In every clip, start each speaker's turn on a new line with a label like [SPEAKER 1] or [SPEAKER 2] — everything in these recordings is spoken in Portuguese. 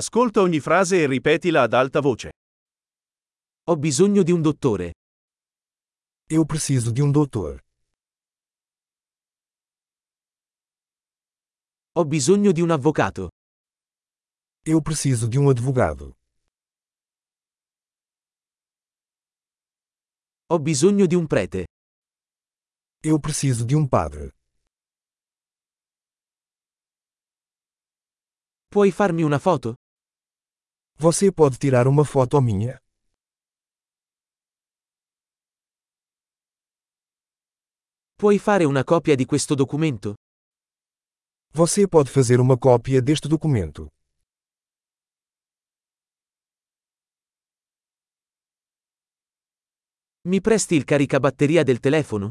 [SPEAKER 1] Ascolta ogni frase e ripetila ad alta voce.
[SPEAKER 2] Ho bisogno di un dottore.
[SPEAKER 3] Eu preciso de um doutor.
[SPEAKER 2] Ho bisogno di un avvocato.
[SPEAKER 3] Eu preciso de um advogado.
[SPEAKER 2] Ho bisogno di un prete.
[SPEAKER 3] Eu preciso de um padre.
[SPEAKER 2] Puoi farmi una foto?
[SPEAKER 3] Você pode tirar uma foto minha?
[SPEAKER 2] Puoi fare una copia di questo documento?
[SPEAKER 3] Você pode fazer uma cópia deste documento.
[SPEAKER 2] Mi presti il caricabatteria del telefono?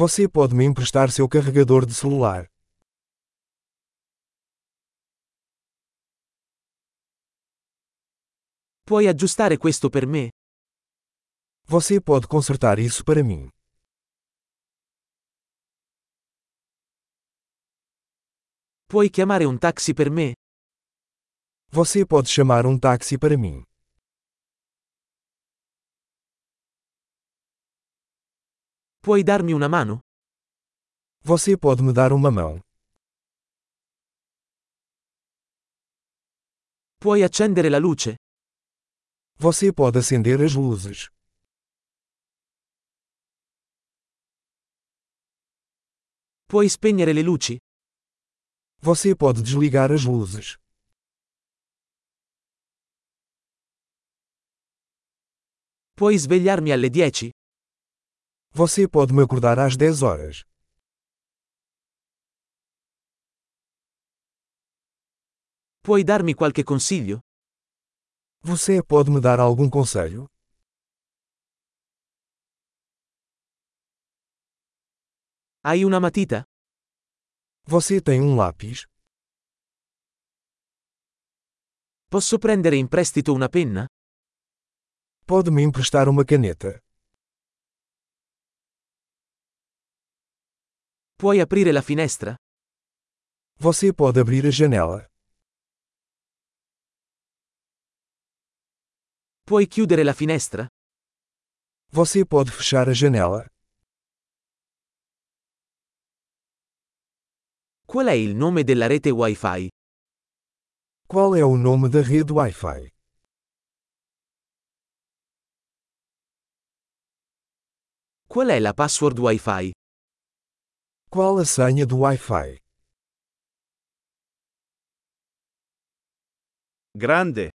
[SPEAKER 3] Você pode me emprestar seu carregador de celular.
[SPEAKER 2] Puoi aggiustare questo per me?
[SPEAKER 3] Você pode consertar isso para mim.
[SPEAKER 2] Puoi chiamare un taxi per me?
[SPEAKER 3] Você pode chamar um táxi para mim.
[SPEAKER 2] Puoi darmi una mano?
[SPEAKER 3] Você pode me dar uma mão.
[SPEAKER 2] Puoi accendere la luce?
[SPEAKER 3] Você pode acender as luzes.
[SPEAKER 2] Puoi spegnere le luci?
[SPEAKER 3] Você pode desligar as luzes.
[SPEAKER 2] Puoi svegliarmi alle 10?
[SPEAKER 3] Você pode me acordar às 10 horas.
[SPEAKER 2] Puoi darmi qualche consiglio?
[SPEAKER 3] Você pode me dar algum conselho?
[SPEAKER 2] Hai una matita?
[SPEAKER 3] Você tem um lápis?
[SPEAKER 2] Posso prendere in prestito una penna?
[SPEAKER 3] Pode me emprestar uma caneta?
[SPEAKER 2] Puoi aprire la finestra?
[SPEAKER 3] Você pode abrir a janela?
[SPEAKER 2] Puoi chiudere la finestra?
[SPEAKER 3] Você pode fechar a janela?
[SPEAKER 2] Qual è il nome della rete Wi-Fi?
[SPEAKER 3] Qual é o nome da rede Wi-Fi?
[SPEAKER 2] Qual è la password Wi-Fi?
[SPEAKER 3] Qual a senha do Wi-Fi?
[SPEAKER 1] Grande,